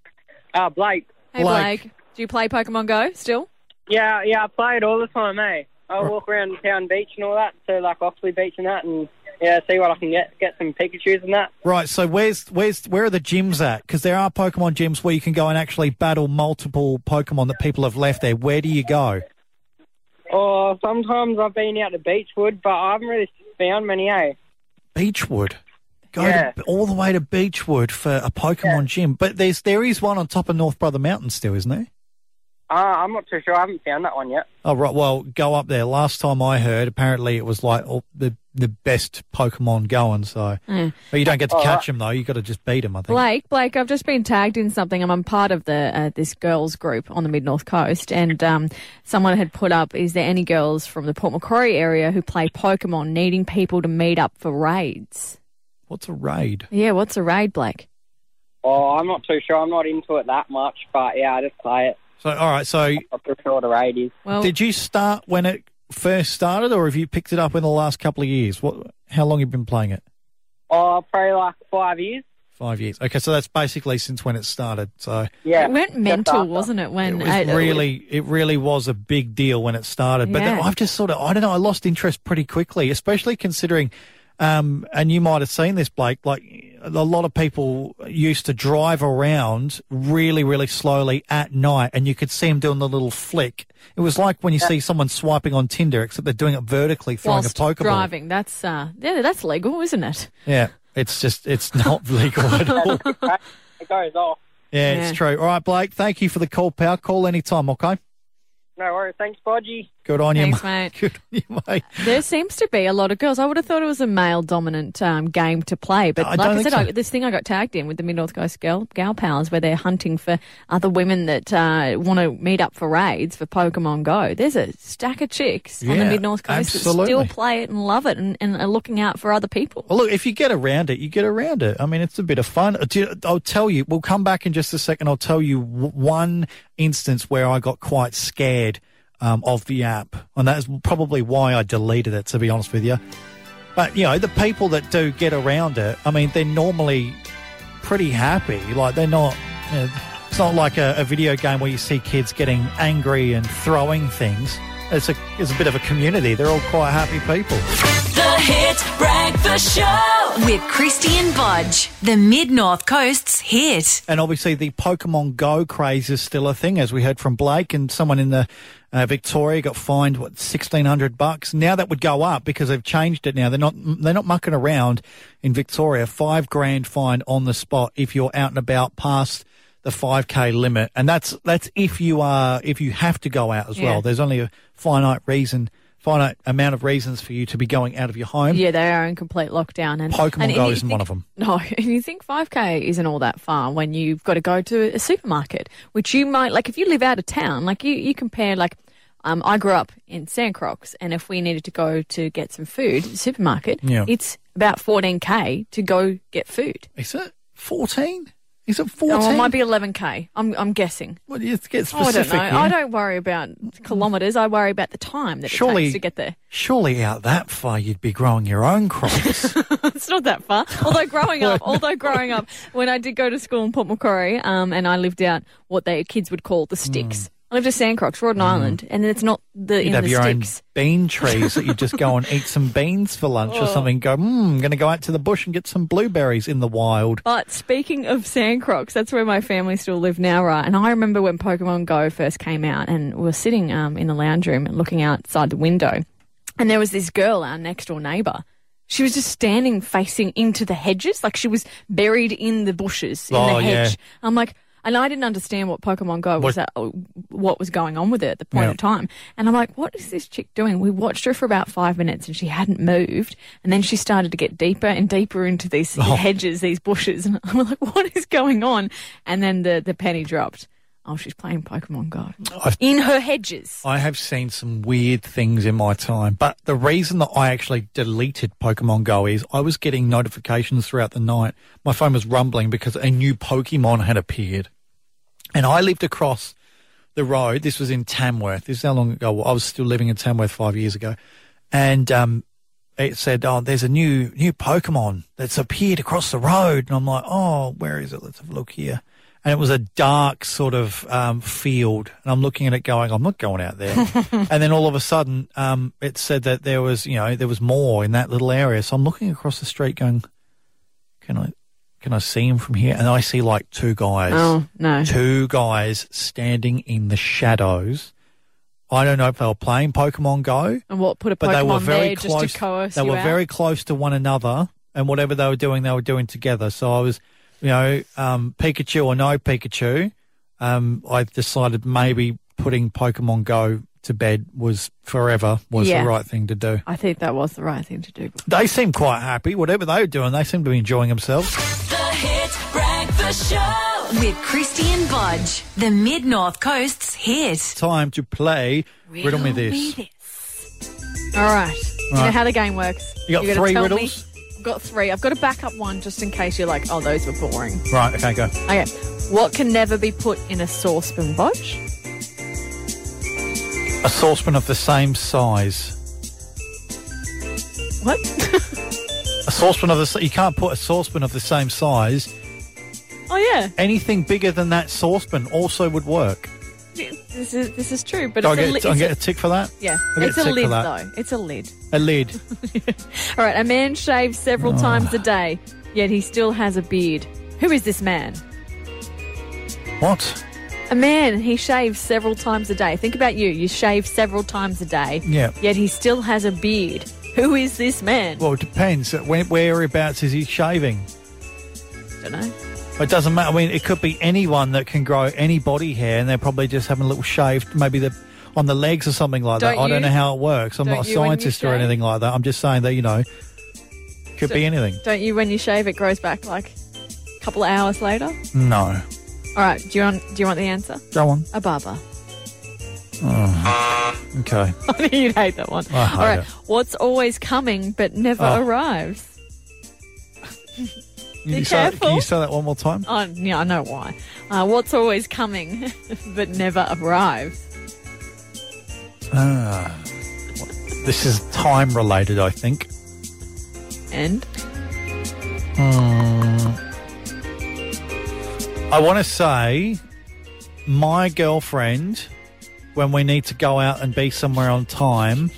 Uh, Blake. Hey, Blake. Blake. do you play Pokemon Go still? Yeah, yeah, I play it all the time, eh? I walk around town beach and all that, so like Oxley Beach and that, and yeah, see what I can get, get some Pikachu's and that. Right, so where's where's where are the gyms at? Because there are Pokemon gyms where you can go and actually battle multiple Pokemon that people have left there. Where do you go? Or sometimes I've been out to Beechwood, but I haven't really found many, eh? Beechwood. Go Yeah. to, all the way to Beechwood for a Pokemon gym, but there's there is one on top of North Brother Mountain still, isn't there? Uh, I'm not too sure. I haven't found that one yet. Oh right, well go up there. Last time I heard, apparently it was like all, the the best Pokemon going. So, but you don't get to catch them though. You got to just beat them. I think. Blake, Blake, I've just been tagged in something. I'm, I'm part of the uh, this girls group on the mid north coast, and um, someone had put up: Is there any girls from the Port Macquarie area who play Pokemon needing people to meet up for raids? What's a raid? Yeah, what's a raid, Blake? Oh, I'm not too sure. I'm not into it that much, but yeah, I just play it. So all right, so I prefer the raid Well, Did you start when it first started, or have you picked it up in the last couple of years? What? How long you been playing it? Oh, probably like five years. Five years. Okay, so that's basically since when it started. So Yeah. it went Just mental, after. wasn't it? it When was uh, really, it really was a big deal when it started. But then Yeah. I've just sort of, I don't know, I lost interest pretty quickly, especially considering. Um, and you might have seen this, Blake. Like a lot of people used to drive around really, really slowly at night, and you could see them doing the little flick. It was like when you see someone swiping on Tinder, except they're doing it vertically, throwing Whilst a Pokeball. driving. That's uh, yeah, that's legal, isn't it? Yeah, it's just it's *laughs* not legal at *laughs* all. It goes off. Yeah, it's true. All right, Blake, thank you for the call, pal. Call anytime, okay? No worries. Thanks, Bodgy. Good on you, Thanks, mate. mate. *laughs* Good on you, mate. There seems to be a lot of girls. I would have thought it was a male dominant um, game to play, but I like don't I think said, so. I, this thing I got tagged in with the Mid North Coast Gal, Gal Pals, where they're hunting for other women that uh, want to meet up for raids for Pokemon Go. There's a stack of chicks on the Yeah, Mid North Coast absolutely. that still play it and love it and, and are looking out for other people. Well, look, if you get around it, you get around it. I mean, it's a bit of fun. Do you- I'll tell you, we'll come back in just a second. I'll tell you w- one instance where I got quite scared um, of the app. And that is probably why I deleted it, to be honest with you. But, you know, the people that do get around it, I mean, they're normally pretty happy. Like, they're not, you know, it's not like a, a video game where you see kids getting angry and throwing things. It's a, it's a bit of a community. They're all quite happy people. The Hit Breakfast Show with Christian Budge, the Mid North Coast's hit. And obviously, the Pokemon Go craze is still a thing, as we heard from Blake. And someone in the uh, Victoria got fined what sixteen hundred bucks. Now that would go up because they've changed it. Now they're not they're not mucking around in Victoria. Five grand fine on the spot if you're out and about past the five k limit, and that's that's if you are if you have to go out as Yeah. well. There's only a finite reason, finite amount of reasons for you to be going out of your home. Yeah, they are in complete lockdown. And Pokemon and Go you isn't think- one of them. No, *laughs* and you think 5K isn't all that far when you've got to go to a supermarket, which you might, like, if you live out of town, like, you, you compare, like, um, I grew up in Sandcrocs, and if we needed to go to get some food, supermarket, Yeah. it's about 14K to go get food. Is it fourteen? Is it Or fourteen? it might be 11K, I'm, I'm guessing. Well, let's get Oh, I don't specific. know. here. I don't worry about kilometres, I worry about the time that it Surely- takes to get there. Surely out that far you'd be growing your own *laughs* crops. It's not that far. Although *laughs* growing up, although growing up, when I did go to school in Port Macquarie, um, and I lived out what they kids would call the sticks. I lived at Sandcrocks, Rhode Island, and it's not Hmm. the you'd in have the your sticks. own bean trees that you'd just go and eat some beans for lunch Oh. or something. Go, hmm, going to go out to the bush and get some blueberries in the wild. But speaking of Sandcrocs, that's where my family still live now, right? And I remember when Pokemon Go first came out, and we were sitting um, in the lounge room and looking outside the window, and there was this girl, our next door neighbour. She was just standing facing into the hedges, like she was buried in the bushes in Oh, the yeah. hedge. I'm like. And I didn't understand what Pokemon Go was, What- at, what was going on with it at the point Yeah. of time. And I'm like, what is this chick doing? We watched her for about five minutes and she hadn't moved. And then she started to get deeper and deeper into Oh. these hedges, these bushes. *laughs* And I'm like, what is going on? And then the, the penny dropped. Oh, she's playing Pokemon Go I've- in her hedges. I have seen some weird things in my time, but the reason that I actually deleted Pokemon Go is I was getting notifications throughout the night. My phone was rumbling because a new Pokemon had appeared. And I lived across the road. This was in Tamworth. This is how long ago I was still living in Tamworth five years ago. And um, it said, "Oh, there's a new new Pokemon that's appeared across the road," and I'm like, "Oh, where is it? Let's have a look here." And it was a dark sort of um, field, and I'm looking at it, going, "I'm not going out there." and then all of a sudden, um, it said that there was, you know, there was more in that little area. So I'm looking across the street, going, "Can I, can I see him from here?" And I see like two guys Oh, no. two guys standing in the shadows. I don't know if they were playing Pokemon Go, And what put a but Pokemon they were very there close. just to coerce they you were out? very close to one another, and whatever they were doing, they were doing together. So I was, you know, um, Pikachu or no Pikachu, um, I decided maybe putting Pokemon Go to bed was forever was Yeah. the right thing to do. I think that was the right thing to do. They seemed quite happy. Whatever they were doing, they seemed to be enjoying themselves. The Hit Breakfast Show with Christian Budge, the Mid North Coast's hit. Time to play Riddle, Me This. All right. You know Right. how the game works. You got gotta three tell me- riddles? I've got three. I've got to back up one just in case you're like, oh, those were boring. Right, okay, go. Okay. What can never be put in a saucepan, Bodge? A saucepan of the same size. What? *laughs* A saucepan of the s- you can't put a saucepan of the same size. oh yeah, Anything bigger than that saucepan also would work. this is this is true, but Do I it's a get, lid. do I get a tick for that? yeah, I get it's a tick for lid that. though. It's a lid. A lid. Oh. All right, a man shaves several times a day. Yet he still has a beard. Who is this man? What? A man, he shaves several times a day. Think about you. You shave several times a day. Yeah. Yet he still has a beard. Who is this man? Well, it depends. Where, whereabouts is he shaving? don't know. It doesn't matter. I mean, it could be anyone that can grow any body hair, and they're probably just having a little shave, maybe the on the legs or something like that. Don't I don't you- know how it works. I'm don't not a you when you scientist or shave? anything like that. I'm just saying that you know, could So- be anything. Don't you, when you shave, it grows back like a couple of hours later? No, All right. Do you want, do you want the answer? go on. A barber. Oh, Okay. *laughs* I knew you'd hate that one. I hate All right. it. What's always coming but never Oh. arrives? Can you, say, careful. can you say that one more time? Oh, yeah, I know why. Uh, what's always coming *laughs* but never arrives? Ah. this is time related, I think. And Hmm. I want to say my girlfriend when we need to go out and be somewhere on time,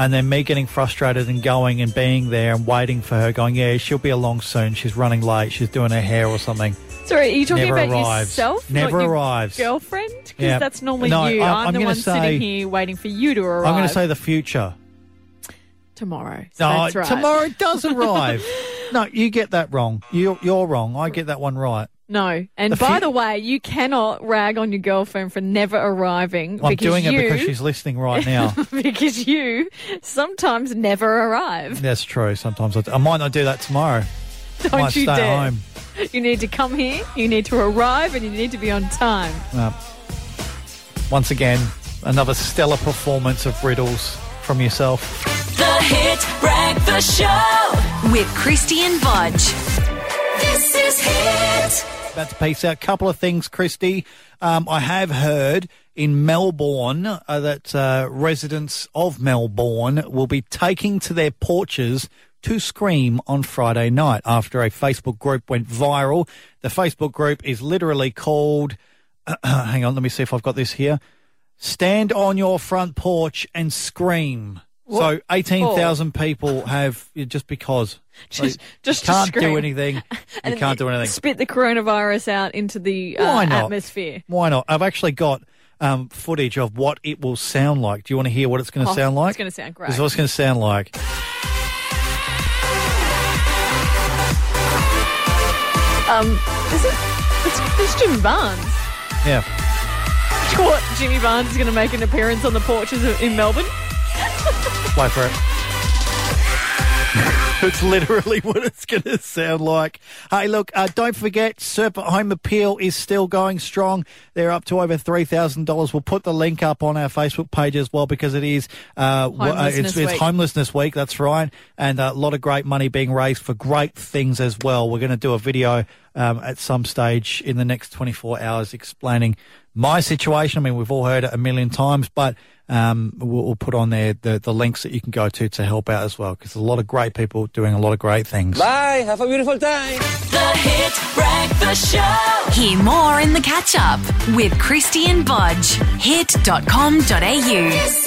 and then me getting frustrated and going and being there and waiting for her, going, Yeah, she'll be along soon. She's running late. She's doing her hair or something. sorry, are you talking Never about arrives. yourself? Never not your arrives. Girlfriend? Because Yeah. that's normally No, you. I- I'm, I'm the gonna one say- sitting here waiting for you to arrive. I'm going to say the future. tomorrow. So No, that's right. tomorrow *laughs* does arrive. no, you get that wrong. You, you're wrong. I get that one right. No. And The by fu- the way, you cannot rag on your girlfriend for never arriving I'm because doing you, it because she's listening right now. *laughs* because you sometimes never arrive. That's true. Sometimes I, I might not do that tomorrow. *laughs* Don't I might you stay dare. at home. You need to come here, you need to arrive, and you need to be on time. Uh, once again, another stellar performance of riddles from yourself. The Hit Breakfast Show with Christian Budge. This is Hit. About to piece out a couple of things, Christy. Um, I have heard in Melbourne uh, that uh, residents of Melbourne will be taking to their porches to scream on Friday night after a Facebook group went viral. The Facebook group is literally called. *clears throat* hang on, let me see if I've got this here. Stand on your front porch and scream. So eighteen thousand people have just because Just- Like, just you to can't scream. do *laughs* anything. You And can't do anything. Spit the coronavirus out into the uh, Why not? atmosphere. Why not? I've actually got um, footage of what it will sound like. Do you want to hear what it's going to Oh, sound like? it's gonna sound great. This is what it's going to sound like. Um, is it? It's, it's Jimmy Barnes. *laughs* Yeah. Do you know what? Jimmy Barnes is going to make an appearance on the porches of, in Melbourne. Wait for it. *laughs* it's literally what it's going to sound like. Hey, look, uh, don't forget, Serpent Home Appeal is still going strong. They're up to over $3,000. We'll put the link up on our Facebook page as well because it is uh, w- uh, it's, it's Homelessness Week. Homelessness Week, that's right. And a lot of great money being raised for great things as well. We're going to do a video um, at some stage in the next 24 hours explaining my situation. I mean, we've all heard it a million times, but um, we'll, we'll put on there the, the links that you can go to to help out as well because a lot of great people doing a lot of great things. Bye. Have a beautiful time. The Hit Breakfast Show. Hear more in the catch up with Christian Budge. Hit.com.au. This